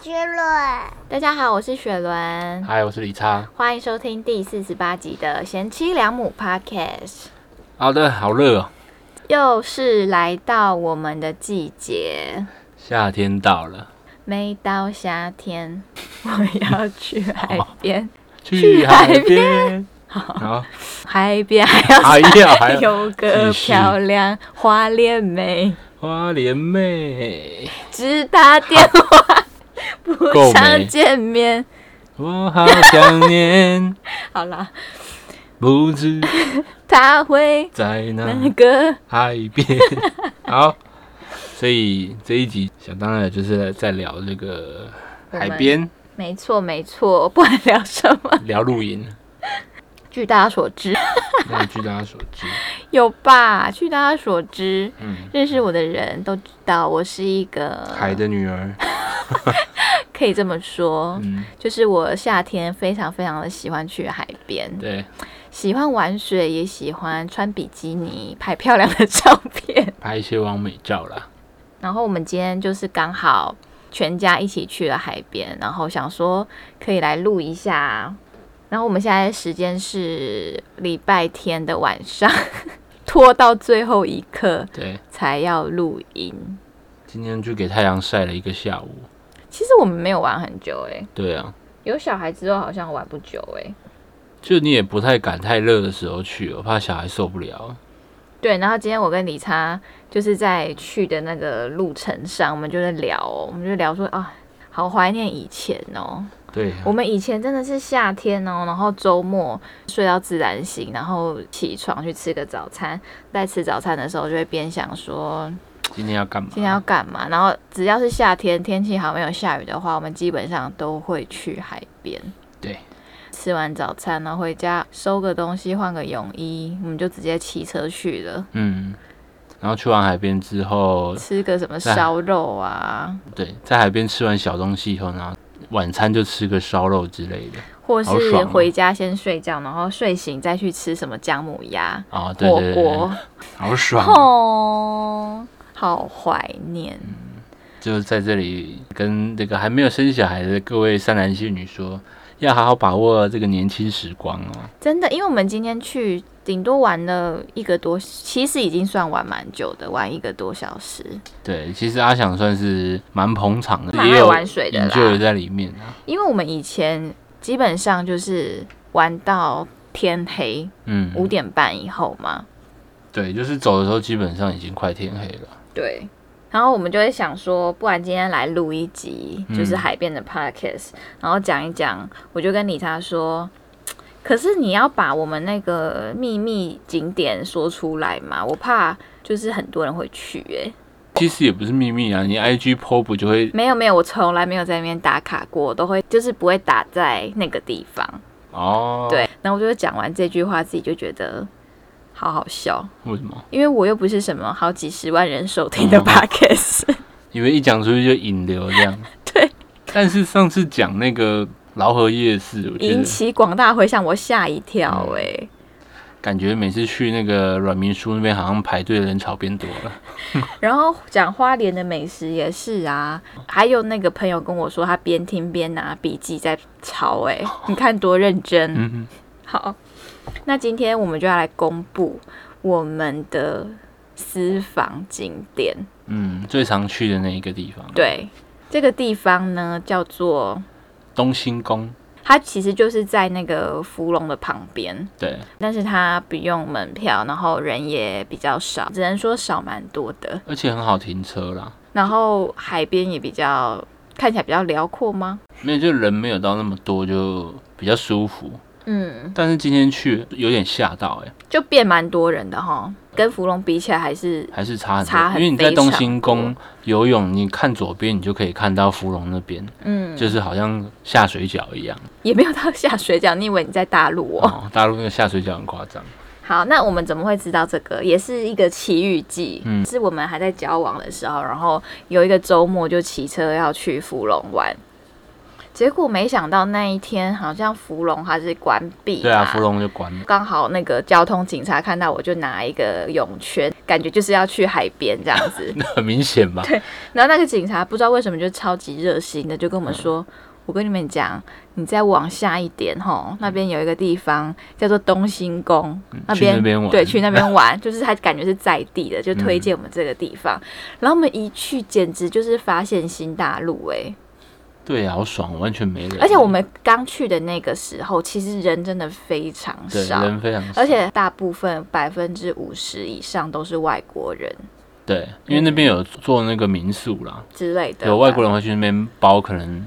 居论。大家好，我是雪伦，嗨，我是李昌。欢迎收听第四十八集的《贤妻良母 Podcast》，好的，好热哦，又是来到我们的季节，夏天到了，每到夏天， 我要去海 边，去海海 边。好，海边还要还要还 要有个继续漂亮花恋妹，花莲妹，只打电话不够想美见面。我好想念， 好啦，不知他会在哪那个海 边。好，所以这一集想当然的就是在聊这个我海们边，没错，没错，不管聊什么，聊露营。据大家所知，那据大家所知，有吧？据大家所知，嗯，认识我的人都知道，我是一个海的女儿，可以这么说，嗯，就是我夏天非常非常的喜欢去海边，对，喜欢玩水，也喜欢穿比基尼拍漂亮的照片。 拍一些完美照啦。然后我们今天就是刚好全家一起去了海边，然后想说可以来录一下。然后我们现在时间是礼拜天的晚上，拖到最后一刻对，才要录音。今天就给太阳晒了一个下午。其实我们没有玩很久诶、对啊，有小孩之后好像玩不久欸诶、就你也不太敢太热的时候去，我怕小孩受不了。对，然后今天我跟李叉就是在去的那个路程上，我们就在聊哦、我们就聊说啊，好怀念以前哦。对，我们以前真的是夏天哦，然后周末睡到自然醒，然后起床去吃个早餐。在吃早餐的时候，就会边想说今天要干嘛？今天要干嘛。然后只要是夏天，天气好没有下雨的话，我们基本上都会去海边。对，吃完早餐，然后回家收个东西，换个泳衣，我们就直接骑车去了。嗯，然后去完海边之后，吃个什么在烧肉啊，对，在海边吃完小东西以后，然后晚餐就吃个烧肉之类的。或好是爽哦回家先睡觉，然后睡醒再去吃什么姜母鸭、哦，对火对对锅对，，好爽哦！哦，好怀念。嗯就在这里跟这个还没有生小孩的各位善男信女说，要好好把握这个年轻时光哦。真的，因为我们今天去，顶多玩了一个多，其实已经算玩蛮久的，玩一个多小时。对，其实阿想算是蛮捧场的，蛮也爱有玩水的啦就在里面啊。因为我们以前基本上就是玩到天黑，嗯，五点半以后嘛。对，就是走的时候基本上已经快天黑了。对。然后我们就会想说，不然今天来录一集，嗯就是海边的 podcast，、然后讲一讲。我就跟李查说，可是你要把我们那个秘密景点说出来嘛，我怕就是很多人会去、欸。其实也不是秘密啊，你 IG PO 不就会没有没有，我从来没有在那边打卡过，我都会就是不会打在那个地方。哦？，对，然后我就讲完这句话，自己就觉得好好笑，为什么？因为我又不是什么好几十万人收嗯听的 podcast。因为一讲出去就引流这样。 对。但是上次讲那个劳合夜市，我 觉引得起广大回响，我吓一嗯跳哎、感觉每次去那个阮明书那边，好像排队的人潮变多了。然后讲花莲的美食也是啊，还有那个朋友跟我说，他边听边拿笔记在抄哎、你看多认真。嗯，好，那今天我们就要来公布我们的私房景点。嗯，最常去的那一个地方，对，这个地方呢叫做，东兴宫。它其实就是在那个芙蓉的旁边。对，但是它不用门票，然后人也比较少，只能说少蛮多的。而且很好停车啦，然后海边也比较看起来比较辽阔吗？没有就人没有到那么多，就比较舒服。嗯，但是今天去有点吓到哎、就变蛮多人的哈，跟芙蓉比起来还是还是差很多，差很因为你在东非常兴多宫游泳，你看左边你就可以看到芙蓉那边，嗯，就是好像下水饺一样。也没有到下水饺。你以为你在大陆哦？哦，大陆那个下水饺很夸 张。好，那我们怎么会知道这个？也是一个奇遇记，嗯是我们还在交往的时候，然后有一个周末就骑车要去芙蓉玩。结果没想到那一天好像芙蓉还是关闭，对啊，芙。蓉就关了。刚好那个交通警察看到我，就拿一个泳圈，感觉就是要去海边这样子。那 很明显吧？然后那个警察不知道为什么就超级热心的，就跟我们说：“我跟你们讲，你再往下一点嗯吼，那边有一个地方叫做东兴宫，那去边那边玩对，去那边 玩，就是他感觉是在地的，就推荐我们这个地方。嗯然后我们一去，简直就是发现新大陆哎、对啊，好爽，完全没人。而且我们刚去的那个时候，其实人真的非常对少，人非常少，而且大部分百分之五十以上都是外国人对，因为那边有做那个民宿啦，之类的吧，有外国人会去那边包，可能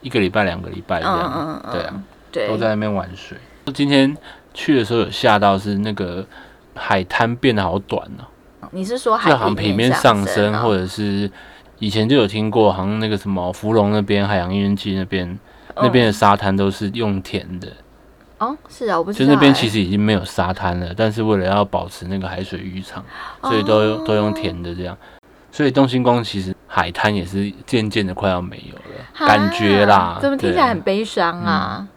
一个礼拜、两个礼拜这嗯，样。嗯嗯嗯，对啊，对，都在那边玩水。今天去的时候有吓到，是那个海滩变得好短哦、你是说海就好像平面上上升，或者者是以前就有听过，好像那个什么芙蓉那边、海洋音乐季那边，嗯那边的沙滩都是用填的，哦是啊，我不知就道、那边其实实已经没有沙滩了，但是为了要保持那个海水浴场，哦所以都用、都用填的这样。所以东星宫其实海滩也是渐渐的快要没有了，感觉啦，怎么听起对嗯来很悲伤啊？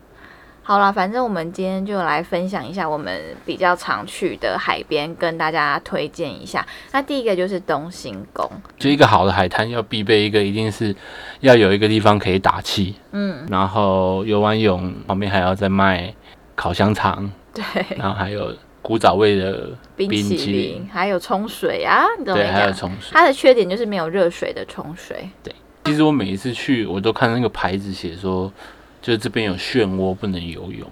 好啦，反正我们今天就来分享一下我们比较常去的海边，跟大家推荐一下。那第一个就是东兴宫，就一个好的海滩要必备一个，一定是要有一个地方可以打气，嗯， 然后游完泳旁边还要再卖烤香肠，对，然后还有古早味的，冰淇淋淇淋还有冲水啊，你怎么对，没还有讲？冲水。它的缺点就是没有热水的冲水，其实我每一次去，我都看那个牌子写说，就是这边有漩涡，不能游泳。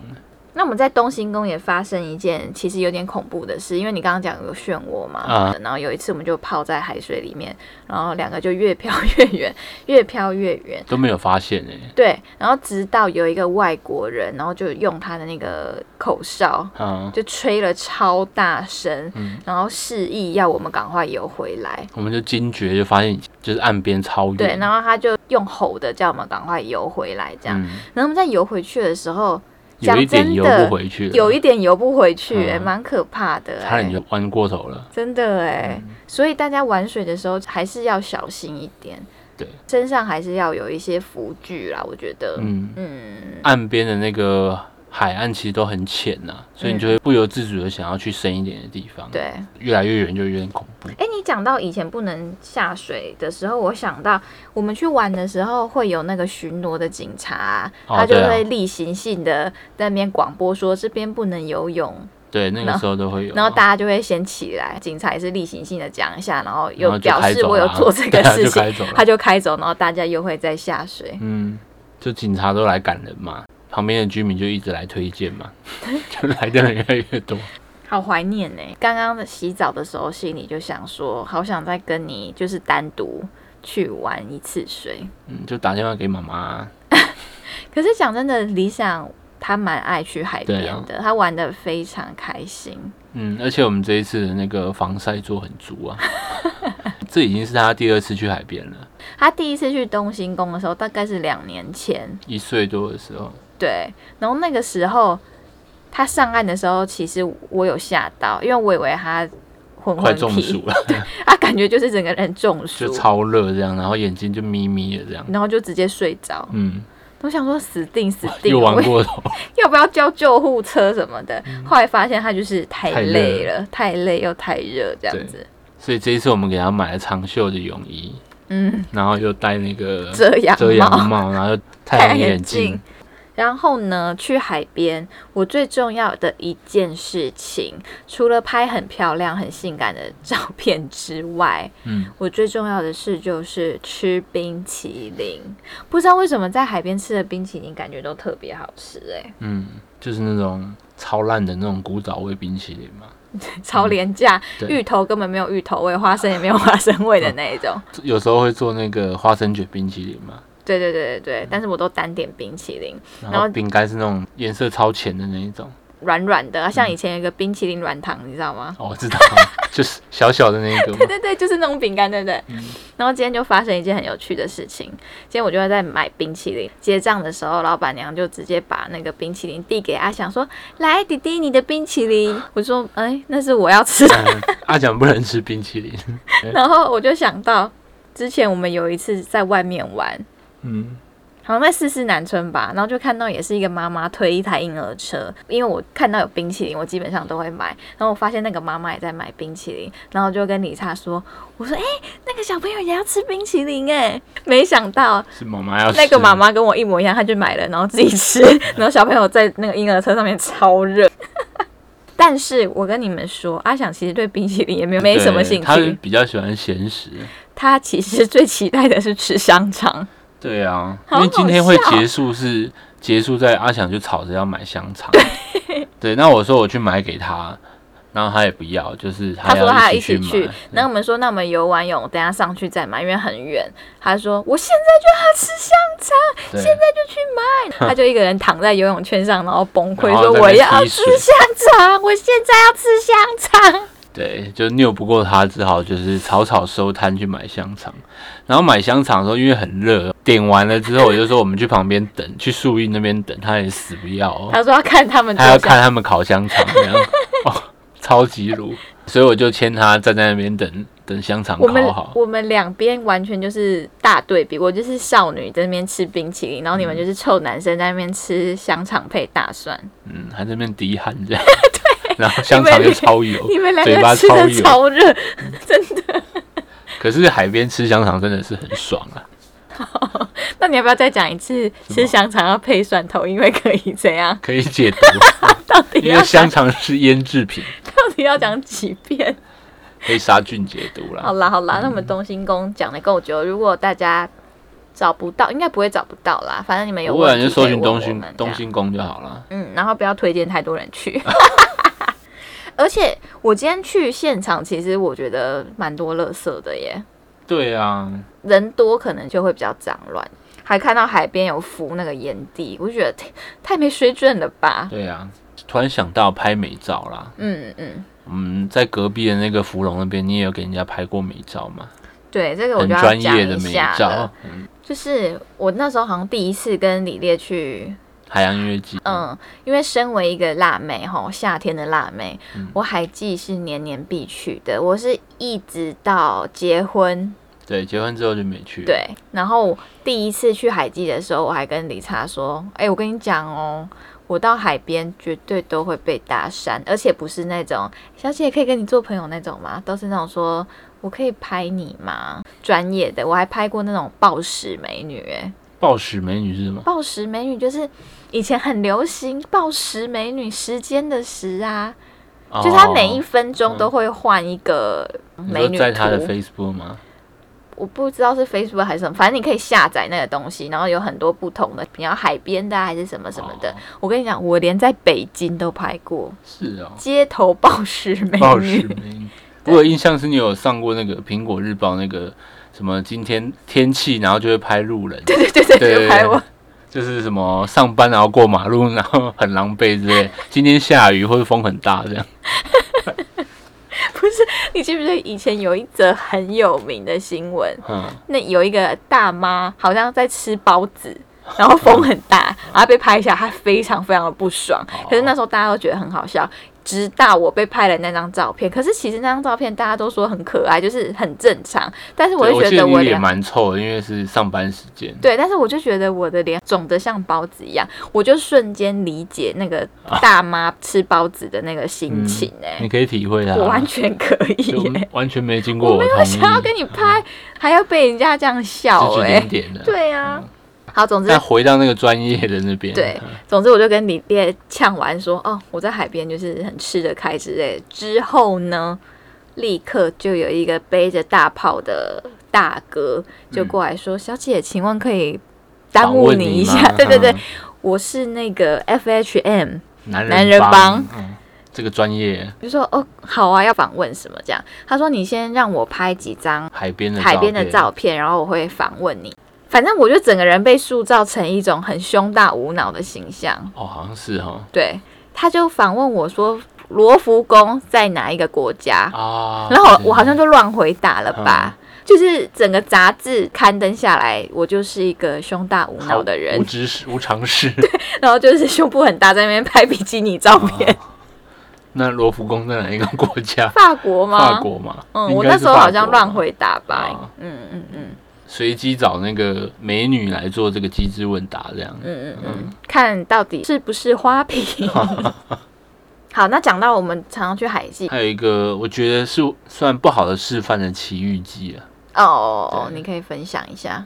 那我们在东兴宫也发生一件其实有点恐怖的事，因为你刚刚讲有漩涡嘛，啊然后有一次我们就泡在海水里面，然后两个就越飘越远，越飘越远。都没有发现哎、对，然后直到有一个外国人，然后就用他的那个口哨，啊，就吹了超大声，嗯然后示意要我们赶快游回来。我们就惊觉，就发现就是岸边超远。对，然后他就用吼的叫我们赶快游回来，这样。嗯，然后我们在游回去的时候，有一讲点真的游不回去了，有一点游不回去、欸，嗯蛮可怕的、欸。差点就弯过头了。真的哎、嗯所以大家玩水的时候还是要小心一点，对，身上还是要有一些浮具啦，我觉得。嗯。嗯岸边的那个海岸其实都很浅啊呐、所以你就会不由自主的想要去深一点的地方。，对，哎、越来越远就有点恐怖。你讲到以前不能下水的时候，我想到我们去玩的时候会有那个巡逻的警察、哦他就对啊会例行性的在那边广播说这边不能游泳，对，那然个后时候都会有。然后大家就会先起来，警察也是例行性的讲一下，然后然又后就表开示走我有了啊做这个 对啊事就情，开走了他就开走，然后大家又会再下水。嗯，就警察都来赶人嘛，旁边的居民就一直来推荐 嘛，就来的人越来越多。好怀念呢、刚刚洗澡的时候，心里就想说，好想再跟你就是单独去玩一次水。嗯，就打电话给妈啊妈，可是讲真的，理想他蛮爱去海啊边的，他玩的非常开心。嗯，而且我们这一次的那个防晒做很 足啊，这已经是他第二次去海边了，他第一次去东兴宫的时候，大概是两年前，一岁多的时候，对。然后那个时候他上岸的时候，其实我有吓到，因为我以为他昏快昏中体，暑 了，他感觉就是整个人中暑就，超热这样，然后眼睛就眯眯的这样，然后就直接睡着。嗯，我想说死定死定又了，我玩过头。要不要叫救护车什么的。后来发现他就是太嗯太热累了，太累又太热这样子，所以这一次我们给他买了长袖的泳衣，嗯，然后又戴那个遮阳嗯遮阳帽。帽， 然后又太太阳阳眼眼镜镜，然后呢，去海边，我最重要的一件事情，除了拍很漂亮、很性感的照片之外，嗯，我最重要的事就是吃冰淇淋。不知道为什么在海边吃的冰淇淋感觉都特别好吃、欸，嗯，就是那种超烂的那种古早味冰淇淋嘛，超廉价，嗯对芋头根本没有芋头味，花生也没有花生味的那一种。有时候会做那个花生卷冰淇淋嘛，对对对对对，但是我都单点冰淇淋，然然后后饼干是那种颜色超浅的那一种，软软的，啊像以前有一个冰淇淋软糖，你知道吗？哦，我知道， 就是小小的那一个 对嘛，对对，就是那种饼干，对不对？然后今天就发生一件很有趣的事情，今天我就在买冰淇淋，结账的时候，老板娘就直接把那个冰淇淋递给阿翔，说：“来，弟弟，你的冰淇淋。”我说：“哎，那是我要吃的。嗯阿蒋不能吃冰淇淋，”然后我就想到之前我们有一次在外面玩，嗯，好像在四四南村吧，然后就看到也是一个妈妈推一台婴儿车，因为我看到有冰淇淋，我基本上都会买。然后我发现那个妈妈也在买冰淇淋，然后就跟李查说：“我说，哎、那个小朋友也要吃冰淇淋哎、 没想到啊是妈妈要那个吃妈妈跟我一模一样，她就买了，然后自己吃，然后小朋友在那个婴儿车上面超热。 但是我跟你们说，阿想其实对冰淇淋也没有没什么对兴他趣，比较喜欢咸食。他其实最期待的是吃香肠。对啊，好因为今天好会笑结束是结束在阿翔就吵着要买香肠。对，那我说我去买给他，然后他也不要，就是他说他要一起嗯起去买。，然后我们说那我们游完泳，等一下上去再买，因为很远。他说我现在就要吃香 肠，对，他就一个人躺在游泳圈上，然后崩溃然后说在那我边要踢吃水香肠，我现在要吃香肠。对，就拗不过他，只好就是草草收摊去买香肠。然后买香肠的时候，因为很热，点完了之后，我就说我们去旁边等，去树荫那边等，他也死不要、哦，他说要看他们做他要香，看他们烤香肠这样， 哦，超级乳。所以我就牵他站在那边等等香肠我们烤好。我们两边完全就是大对比，我就是少女在那边吃冰淇淋，然后你们就是臭男生在那边吃香肠配大蒜，嗯，还在那边滴汗 这样，对，然后香肠又超油，你们两嘴巴个吃超的油超热，可是海边吃香肠真的是很爽啊。那你要不要再讲一次吃香肠要配蒜头？因为可以怎样？可 以解毒，到底因要为香肠是腌制品，到底要讲几 遍？可以杀菌解毒啦好。啦好啦，那我们东兴宫讲的够久，如果大家找不到，应该不会找不到啦。反正你们有不然问就题搜可以寻问东我兴们。这东样兴宫就好了。嗯，然后不要推荐太多人 去。而且我今天去现场，其实我觉得蛮多垃圾的耶，对啊，人多可能就会比较脏乱。还看到海边有浮那个烟蒂，我就觉得太太没水准了吧？对啊，突然想到拍美照啦。嗯嗯，嗯，在隔壁的那个芙蓉那边，你也有给人家拍过美照吗？对，这个我很就要专讲业的一美下照哦了。，就是我那时候好像第一次跟李烈去海洋音乐季。，嗯，因为身为一个辣妹吼，夏天的辣妹，我海记是年年必去的。我是一直到结婚，对，结婚之后就没去。，对，然后第一次去海记的时候，我还跟李查说：“哎、我跟你讲哦，我到海边绝对都会被搭讪，而且不是那种小姐可以跟你做朋友那种嘛，都是那种说我可以拍你吗？专业的，我还拍过那种暴食美女、哎。暴食美女是什么？暴食美女就是以前很流行暴食美女，时间的时啊，就是她每一哦嗯分钟都会换一个你美说女在他的图 Facebook 吗？我不知道是 Facebook 还是什么，反正你可以下载那个东西，然后有很多不同的，比较海边的、啊、还是什么什么的。哦我跟你讲，我连在北京都拍过是哦，街头暴食 美暴食女，美女。我有印象是你有上过那个《苹果日报》那个什么今天天气，然后就会拍路 人，对对对对对，就拍我。就是什么上班然后过马路，然后很狼狈之 类。今天下雨或者风很大这样。你记不记得以前有一则很有名的新闻？嗯，那有一个大妈好像在吃包子，然后风很 大，然后被拍下，她非常非常的不爽。哦可是那时候大家都觉得很好笑，直到我被拍了那张照片。可是其实那张照片大家都说很可爱，就是很正常。但是我对就我觉记得得你我脸脸。蛮臭的，因为是上班时间。对，但是我就觉得我的脸肿得像包子一样，我就瞬间理解那个大妈吃包子的那个心情哎、你可以体会它，我完全可以、嗯就耶完全没经过我没有同意，想要跟你拍，还要被人家这样笑是哎、几点点的。对啊，好，总之但回到那个专业的那边，嗯对，总之我就跟李烈呛完说，哦，我在海边就是很吃得开之类的。之后呢，立刻就有一个背着大炮的大哥就过来说，小姐，请问可以耽嗯访误问你你一吗下？ 对对对嗯，我是那个 FHM。男男人人帮，嗯，这个专业就说哦，好啊，要访问什么这样？他说你先让我拍几张海边的海边的片照片，然后我会访问你。反正我就整个人被塑造成一种很胸大无脑的形象。哦，好像是哈对，他就反问我说罗浮宫在哪一个国家，啊，然后对我好像就乱回答了吧。嗯就是整个杂志刊登下来，我就是一个胸大无脑的无人，知识无常识。然后就是胸部很大，在那边拍比基尼照片。嗯那罗浮宫在哪一个国家？法国吗？法。国嘛，嗯，应我该那是时候法好像国乱嘛。回答吧。啊嗯嗯嗯，随机找那个美女来做这个机智问答这样。嗯嗯嗯，看到底是不是花 瓶。好，那讲到我们常常去海记还有一个我觉得是算不好的示范的奇遇记啊，哦，你可以分享一下。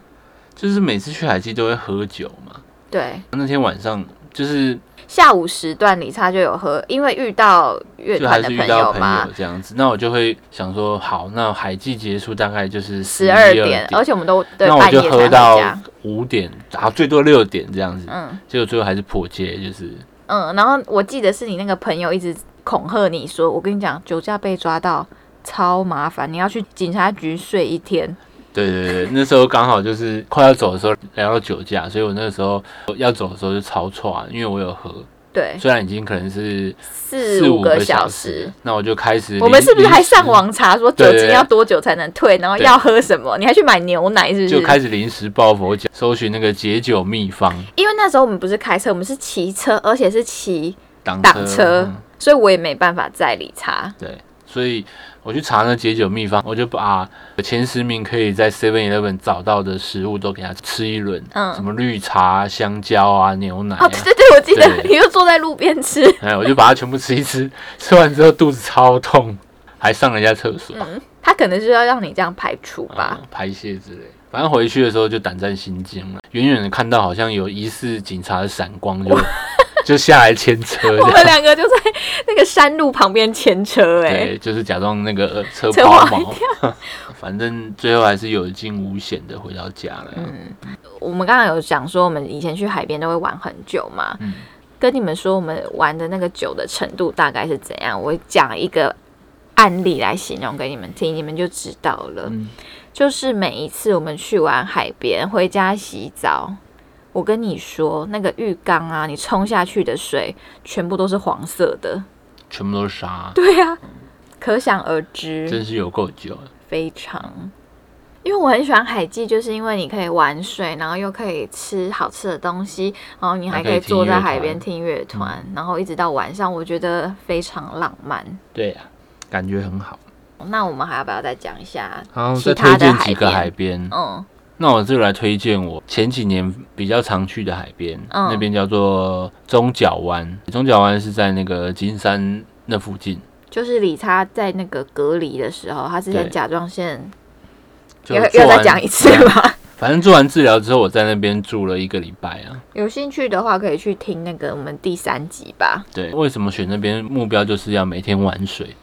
就是每次去海记都会喝酒嘛。对，那天晚上就是下午时段里他就有喝，因为遇到乐就团还的是遇朋到友朋嘛友，这样子，那我就会想说，好，那海记结束大概就是十二二点，而且我们都对那我半夜就才喝回到家。五点，然后最多六点这样子，嗯结果最后还是破戒，就是嗯，然后我记得是你那个朋友一直恐吓你说，我跟你讲，酒驾被抓到超麻烦，你要去警察局睡一天。对对对，那时候刚好就是快要走的时候聊到酒驾，所以我那个时候要走的时候就超串，因为我有喝，对，虽然已经可能是四五个小小时。，那我就开始临，我们是不是还上临时网查说酒对对精对要多久才能退，然后对要喝什么？你还去买牛奶是不？就是开始临时抱佛脚，搜寻那个解酒秘方，因为那时候我们不是开车，我们是骑车，而且是骑挡挡车，嗯所以我也没办法再理查。对，所以我去查那解酒秘方，我就把前十名可以在 Seven Eleven 找到的食物都给他吃一轮，嗯什么绿茶、香蕉啊、牛奶啊，哦，对对对，我记得对你就坐在路边吃，哎，我就把它全部吃一吃， 吃完之后肚子超痛，还上了一下厕嗯所，他可能是要让你这样排除吧。嗯排泄之类。反正回去的时候就胆战心惊了，远远的看到好像有疑似警察的闪光就，就下来牵车这我样，们两个就在那个山路旁边牵车、哎，对，就是假装那个呃车车抛坏锚， 反正最后还是有惊无险的回到家了。嗯啊我们刚刚有讲说，我们以前去海边都会玩很久嘛。嗯跟你们说，我们玩的那个酒的程度大概是怎样？我讲一个案例来形容给你们听，你们就知道了。嗯就是每一次我们去玩海边，回家洗澡，我跟你说，那个浴缸啊，你冲下去的水全部都是黄色的。全部都是沙，对啊，可想而知。真是有够久了。非常。因为我很喜欢海记，就是因为你可以玩水，然后又可以吃好吃的东西，然后你还可以坐在海边听乐团，嗯然后一直到晚上，我觉得非常浪漫。对呀、感觉很好。那我们还要不要再讲一下？然后其再他推的荐海几边个海边，嗯，那我这个来推荐我前几年比较常去的海边，嗯那边叫做中角湾。中角湾是在那个金山那附近，就是理查在那个隔离的时候，他之前对甲状腺就要做要再完讲一次吧。 反正做完治疗之后，我在那边住了一个礼拜啊。 有兴趣的话，可以去听那个我们第三集吧。对，为什么选那边？目标就是要每天玩水。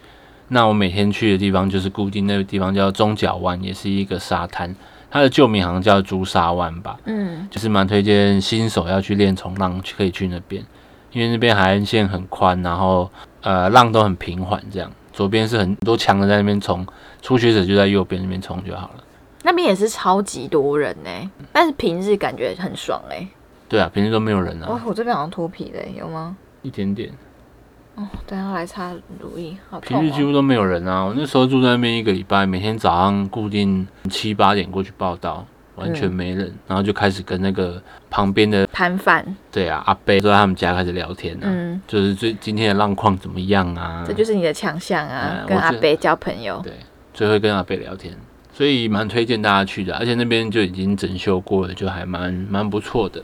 那我每天去的地方就是固定那个地方叫中角湾，也是一个沙滩，它的旧名好像叫朱砂湾吧。嗯，就是蛮推荐新手要去练冲浪，可以去那边，因为那边海岸线很宽，然后呃浪都很平缓，这样左边是很多强的在那边冲，初学者就在右边那边冲就好了。那边也是超级多人呢、但是平日感觉很爽哎、对啊，平时都没有人哇啊，，我这边好像脱皮嘞，有吗？一点点，哦，等一下来擦乳液，好平痛、日几哦。乎都没有人啊。我那时候住在那边一个礼拜，每天早上固定七八点过去报道，完全没嗯人，然后就开始跟那个旁边的摊贩，对啊阿贝都在他们家开始聊天啊，嗯，就是最今天的浪况怎么样啊？这就是你的强项啊，嗯跟我阿这北交朋友。对，最会跟阿贝聊天，所以蛮推荐大家去的。而且那边就已经整修过了，就还蛮蛮不错的。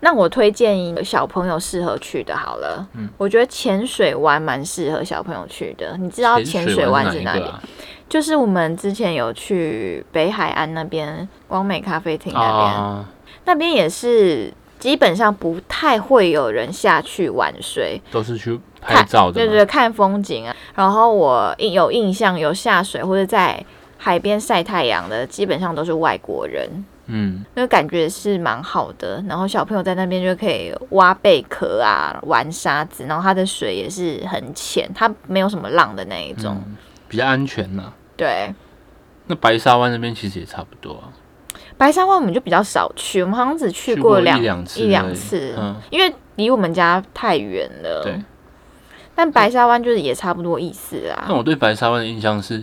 那我推荐小朋友适合去的，好了，嗯，我觉得浅水湾蛮适合小朋友去的。你知道浅水湾是是哪哪一里个？啊？就是我们之前有去北海岸那边光美咖啡厅那边，啊，那边也是基本上不太会有人下去玩水，都是去看拍照的对嘛。对，看风景啊。然后我印有印象有下水或者在海边晒太阳的，基本上都是外国人，嗯，那个感觉是蛮好的。然后小朋友在那边就可以挖贝壳啊，玩沙子，然后它的水也是很浅，它没有什么浪的那一种。比较安全啦。对，那白沙湾那边其实也差不多啊、白沙湾我们就比较少去，我们好像只去去过两一两次一两而已次嗯因为离我们家太远了。对。但白沙湾就是也差不多意思啊。那我对白沙湾的印象是，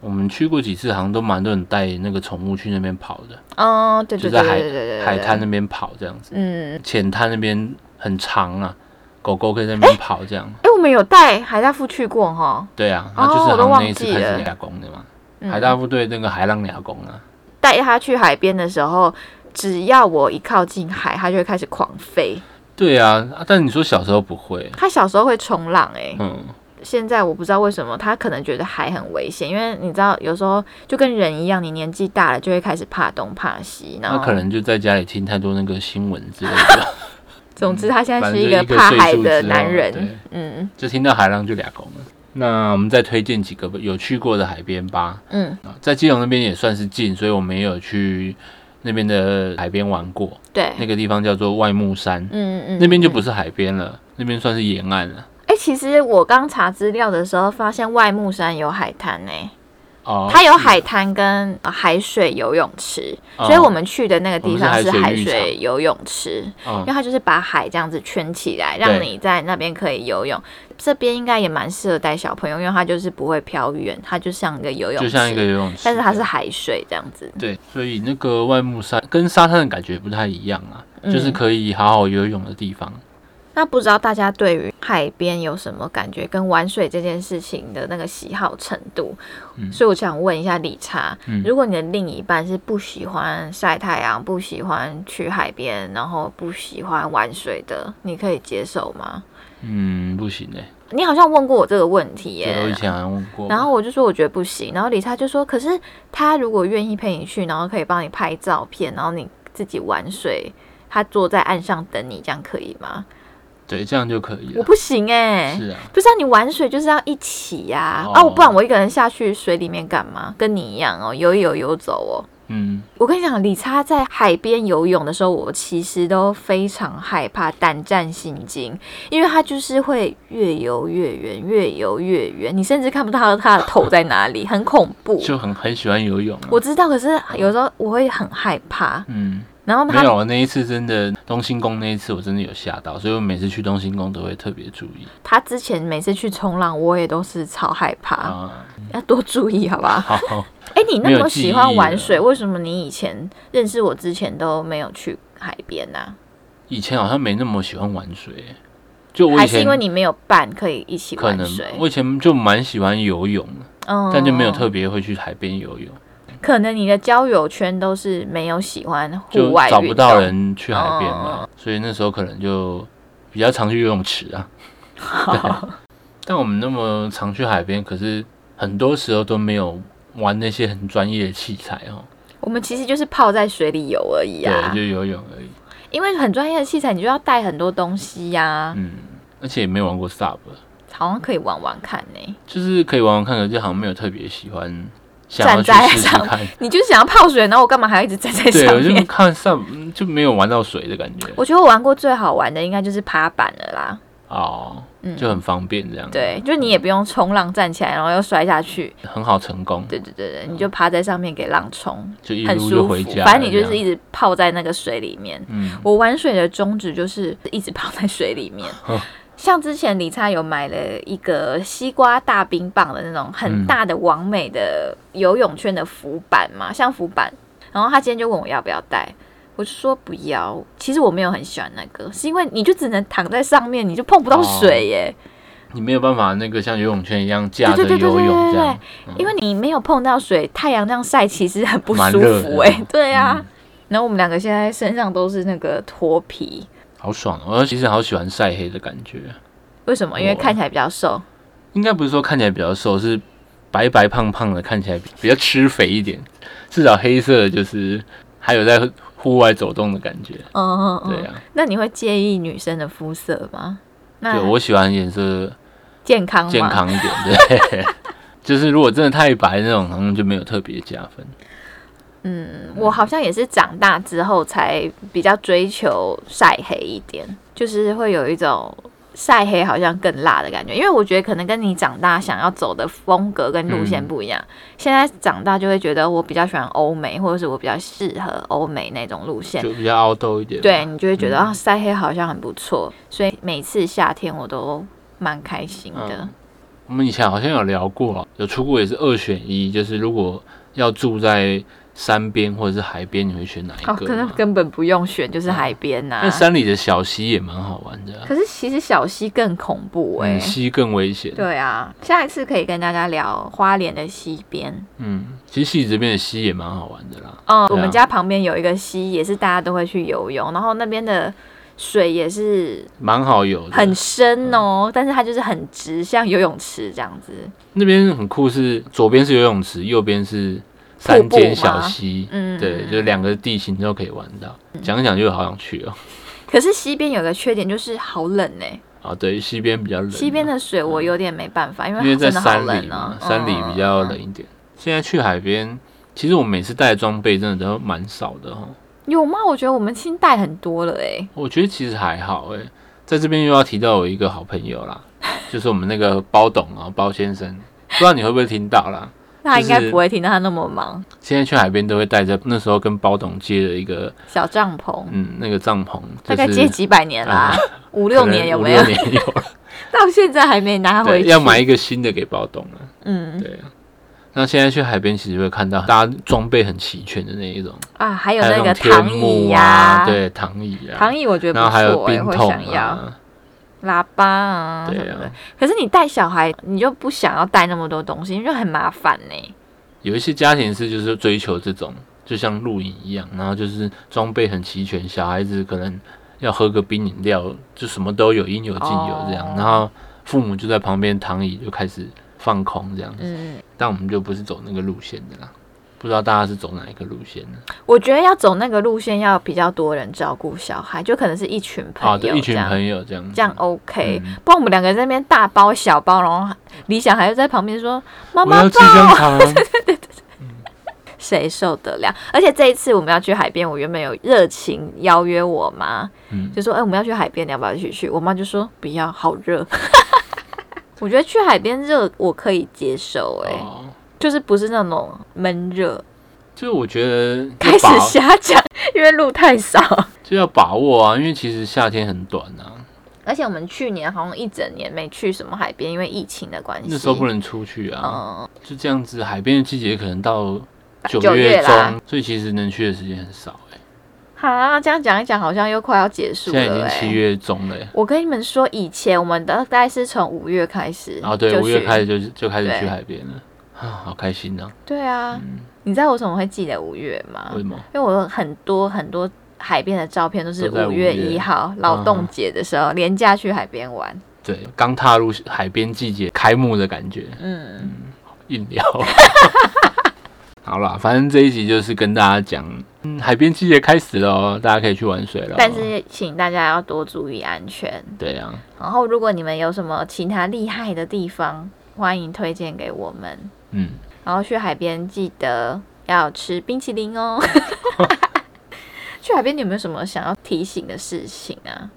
我们去过几次，好像都蛮多人带那个宠物去那边跑的，嗯，对对就对在对海对对对对，海滩那边跑这样子。嗯，浅滩那边很长啊，狗狗可以在那边跑这样。哎、我们有带海大富去过哈，对啊，哦那就是我都好像那一忘次记嗯开始了俩公的嘛。海大部队那个海浪俩公啊，带它去海边的时候，只要我一靠近海，它就会开始狂飞。对啊，啊但你说小时候不会，它小时候会冲浪、欸，嗯，现在我不知道为什么，它可能觉得海很危险，因为你知道，有时候就跟人一样，你年纪大了就会开始怕东怕西，然那后可能就在家里听太多那个新闻之类的， 总之，他现在反是正就个一个怕岁海数的之男后人对。嗯就听到海浪就俩拱了。那我们再推荐几个有去过的海边吧，嗯，啊在基隆那边也算是近，所以我们也有去那边的海边玩过。对，那个地方叫做外木山，嗯嗯嗯，那边就嗯不是海边了，那边算是沿岸了。哎、其实我刚查资料的时候，发现外木山有海滩呢、哎哦，它有海滩跟呃海水游泳池，哦，所以我们去的那个地方我们是是海海水浴场水游泳池，因嗯为它就是把海这样子圈起来，让对你在那边可以游泳。这边应该也蛮适合带小朋友，因为它就是不会飘远，它就像一个游泳池，就像一个游泳池，但是它是海水这样子。对，所以那个外木山跟沙滩的感觉不太一样啊，嗯就是可以好好游泳的地方。那不知道大家对于海边有什么感觉，跟玩水这件事情的那个喜好程度？嗯所以我想问一下理查，嗯如果你的另一半是不喜欢晒太阳、不喜欢去海边，然后不喜欢玩水的，你可以接受吗？嗯，不行哎、你好像问过我这个问题耶、欸，我以前好像问过。然后我就说我觉得不行，然后理查就说，可是他如果愿意陪你去，然后可以帮你拍照片，然后你自己玩水，他坐在岸上等你，这样可以吗？对，这样就可以我了。不行哎、是啊，不是啊，你玩水就是要一起呀、啊！哦我不然我一个人下去水里面干嘛？跟你一样哦，游一游游走哦。嗯，我跟你讲，李差在海边游泳的时候，我其实都非常害怕，胆战心惊，因为他就是会越游越远，越游越远，你甚至看不到他的头在哪里，很恐怖。就很很喜欢游泳、啊。我知道，可是有时候我会很害怕。嗯，然后没他有，我那一次真的东兴宫那一次我真的有吓到，所以我每次去东兴宫都会特别注意他之前每次去冲浪，我也都是超害怕，啊。要多注意，好不好？好，哎、你那没有么记喜忆欢玩了水，为什么你以前认识我之前都没有去海边啊呢、以前好像没那么喜欢玩水欸、就我还以是前因为你没有伴可以一起可玩能水？我以前就蛮喜欢游泳的，嗯但就没有特别会去海边游泳。可能你的交友圈都是没有喜欢户就外找运不动到。人去海边哦嘛，所以那时候可能就比较常去游泳池啊。对 但我们那么常去海边，可是很多时候都没有玩那些很专业的器材哦，我们其实就是泡在水里游而已啊对，，就游泳而已。因为很专业的器材，你就要带很多东西呀、嗯，而且也没有玩过 SUP，好像可以玩玩看呢、就是可以玩玩看，可是好像没有特别喜欢，想要去站在试试上看。你就想要泡水，然后我干嘛还要一直站在对，上我就面？看 SUP 就没有玩到水的感觉 我觉得我玩过最好玩的应该就是爬板了啦。哦嗯，就很方便这样，，对，就你也不用冲浪站起来，然后又摔下去。很好成功，对对对对，你就趴在上面给浪冲，就嗯一很路就舒服。回家了这样。反正你就是一直泡在那个水里面。嗯我玩水的宗旨就是一直泡在水里面。哦 像之前李差有买了一个西瓜大冰棒的那种嗯很大的完美的游泳圈的浮板嘛，像浮板。然后他今天就问我要不要带，我就说不要。其实我没有很喜欢那个，是因为你就只能躺在上面，你就碰不到哦水耶，你没有办法那个像游泳圈一样架着对对对对游泳这样，因为你没有碰到水，太阳这样晒其实很不蛮舒热服的哎、对啊。嗯然后我们两个现在身上都是那个脱皮，好爽、哦！我其实好喜欢晒黑的感觉，为什么？因为我看起来比较瘦。应该不是说看起来比较瘦，是白白胖胖的，看起来比较吃肥一点。至少黑色的就是还有在户外走动的感觉。嗯嗯嗯。对啊，那你会介意女生的肤色吗？那对我喜欢颜色健康吗？健。康一点，对。 就是如果真的太白那种，好像就没有特别加分。我好像也是长大之后才比较追求晒黑一点，就是会有一种晒黑好像更辣的感觉，因为我觉得可能跟你长大想要走的风格跟路嗯线不一样。现在长大就会觉得我比较喜欢欧美，或者是我比较适合欧美那种路线。就嗯比较凹痘一点。对，你就会觉得、啊，晒黑好像很不错，所以每次夏天我都蛮开心的。嗯我们以前好像有聊过、啊，有出过也是二选一，就是如果要住在山边或者是海边，你会选哪一哦，个可能吗？根本不用选，就是海边呐、嗯那山里的小溪也蛮好玩的啊、可是其实小溪更恐怖哎、嗯，溪更危险。对啊，下一次可以跟大家聊花莲的溪边。嗯，其实戏这边的溪也蛮好玩的啦。嗯，对我啊们家旁边有一个溪，也是大家都会去游泳，然后那边的水也是蛮好游的，很深嗯哦，但是它就是很直，像游泳池这样子。那边很酷是，左边是游泳池，右边是山间小溪，嗯，对，就两个地形都可以玩到。讲一讲就好想去哦。可是溪边有个缺点就是好冷哎、啊，对，西边比较冷啊，嗯西边的水我有点没办法，因为因为它在啊真的好山里冷嘛啊，，山里比较冷一点。现在去海边，其实我每次带的装备真的都蛮少的哦。嗯。有吗？我觉得我们清带很多了哎、我觉得其实还好诶，在这边又要提到我一个好朋友啦，就是我们那个包董啊，包先生，不知道你会不会听到啦。那应该就是不会听到他那么忙。现在去海边都会带着那时候跟包董借的一个小帐篷、嗯那个帐篷，大概就借是啊几百年啦、 五可六能年有五没有六？年有了， 到现在还没拿回对，去。要买一个新的给包董了。嗯对啊，那现在去海边其实会看到大家装备很齐全的那一种，啊，还有还那有个种天躺椅幕呀、啊，对，躺椅啊，躺椅我觉得然后不还有错、欸，冰会桶想要啊，喇叭啊什对么的啊。，可是你带小孩，你就不想要带那么多东西，因为很麻烦呢、有一些家庭是就是追求这种，就像露营一样，然后就是装备很齐全，小孩子可能要喝个冰饮料，就什么都有，应有尽有这样，哦然后父母就在旁边躺椅就开始放空这样子，嗯，但我们就不是走那个路线的啦。不知道大家是走哪一个路线呢？我觉得要走那个路线，要比较多人照顾小孩，就可能是一群朋啊，友这对，样，一群朋友这样子，这样 OK、嗯不然我们两个人在那边大包小包，然后李想还就在旁边说：“妈我妈要吃香肠， 谁受得了？而且这一次我们要去海边，我原本有热情邀约我妈，嗯就说：“哎、我们要去海边，你要不要一起去？”我妈就说：“不要，好热。” 我觉得去海边热我可以接受、哎、哦，就是不是那种闷热。就是我觉得开要始把瞎讲，因为路太少。就要把握啊，因为其实夏天很短啊，而且我们去年好像一整年没去什么海边，因为疫情的关系。那时候不能出去啊。嗯，就这样子，海边的季节可能到九九月月中，啦所以其实能去的时间很少、欸。好，啊这样讲一讲，好像又快要结束现了、在哎。已经七月中了、欸。我跟你们说，以前我们大概是从五月开始，然后哦对，就五月去开始就就开始去对海边了，啊，好开心啊！对啊，嗯你知道我怎么会记得五月吗？为什么？因为我有很多很多海边的照片都是都在五5月月嗯一号劳动节的时候，连假去海边玩。对，刚踏入海边季节开幕的感觉，嗯，硬 聊。好啦，反正这一集就是跟大家讲，嗯，海边季节开始了哦，大家可以去玩水了哦。但是请大家要多注意安全。对啊，然后，如果你们有什么其他厉害的地方，欢迎推荐给我们。嗯，然后去海边记得要吃冰淇淋 哦。去海边你有没有什么想要提醒的事情啊？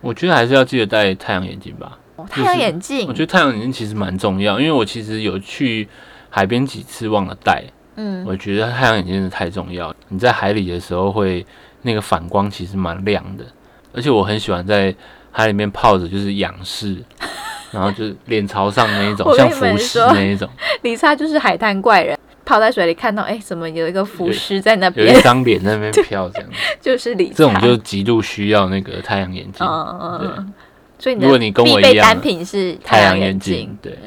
我觉得还是要记得戴太阳眼镜吧。哦、就是太阳眼镜，我觉得太阳眼镜其实蛮重要，因为我其实有去海边几次忘了带。嗯，我觉得太阳眼镜真的太重要了。你在海里的时候会那个反光其实蛮亮的，而且我很喜欢在海里面泡着，就是仰视，然后就是脸朝上那一种， 我跟像你浮们尸说那一种，李莎就是海滩怪人，泡在水里看到，哎、怎么有一个浮尸在那有一边？张脸在那边飘这样。 就是李这莎。种就极度需要那个太阳眼镜嗯，嗯嗯对嗯。所以你如果的你跟我必一备样单品是太阳阳眼镜镜。。对，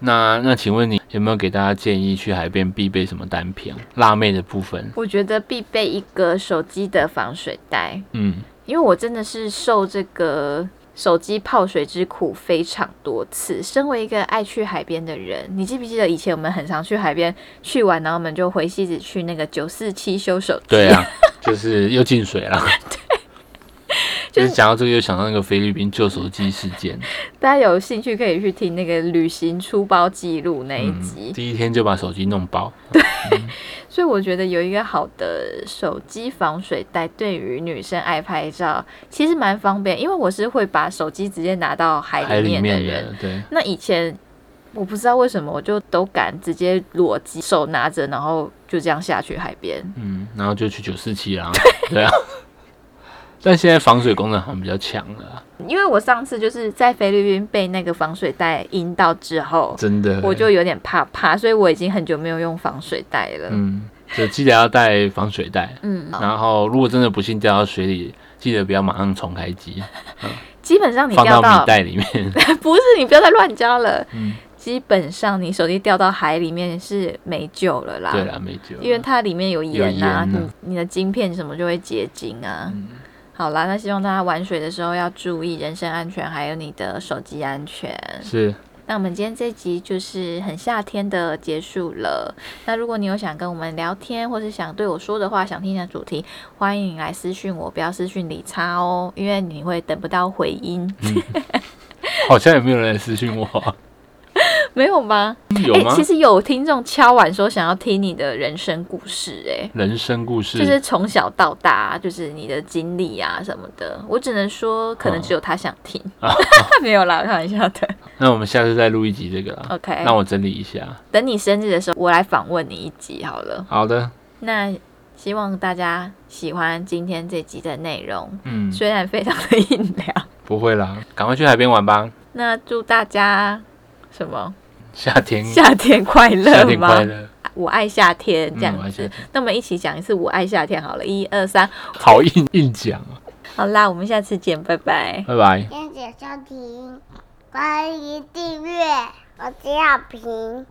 那那请问你有没有给大家建议去海边必备什么单品啊？辣妹的部分，我觉得必备一个手机的防水袋，嗯。因为我真的是受这个手机泡水之苦非常多次。身为一个爱去海边的人，你记不记得以前我们很常去海边，去完然后我们就回西子去那个九四七修手机，对啊， 就是又进水 了。就就是是讲到这个，又想到那个菲律宾旧手机事件，大家有兴趣可以去听那个旅行出包记录那一集。嗯，第一天就把手机弄爆，所以我觉得有一个好的手机防水袋，对于女生爱拍照其实蛮方便，因为我是会把手机直接拿到海海里里面的面人。的，对，那以前我不知道为什么，我就都敢直接裸机，手拿着，然后就这样下去海边。嗯，然后就去九四七啦，对啊。 但现在防水功能好像比较强了啊，因为我上次就是在菲律宾被那个防水袋阴到之后，真的。我就有点怕怕，所以我已经很久没有用防水袋了。嗯，就记得要带防水袋。嗯，然后如果真的不幸掉到水里，记得不要马上重开机，基本上你放掉到到米袋 里面。不是你不要再乱教了，嗯基本上你手机掉到海里面是没救了啦。对啦，没救了。啊因为它里面有有盐盐啊，啊嗯你你的晶片什么就会结晶啊。好啦，那希望大家玩水的时候要注意人身安全，还有你的手机安全。是那我们今天这集就是很夏天的结束了。那如果你有想跟我们聊天，或是想对我说的话，想听的主题，欢迎你来私讯我，不要私讯理查哦，因为你会等不到回音。 好像也没有人来私讯我，没有吗？有诶吗？其实有听众敲碗说想要听你的人生故事、诶。人生故事就是从小到大，就是你的经历啊什么的，我只能说，可哦能只有他想 听， 没有啦，开玩笑的。那我们下次再录一集这个啦。 OK，让我整理一下。等你生日的时候，我来访问你一集好了。好的，那希望大家喜欢今天这集的内容，嗯，虽然非常的硬聊。 不会啦，赶快去海边玩吧。那祝大家什么夏天，夏天快嗯夏乐天吗快？乐，我爱夏天这样嗯，而子。且那我们一起讲一次“我爱夏天”好了，一二三，好硬硬讲啊，好啦，我们下次见，拜拜。拜拜。谢谢收听，欢迎订阅，我是小平。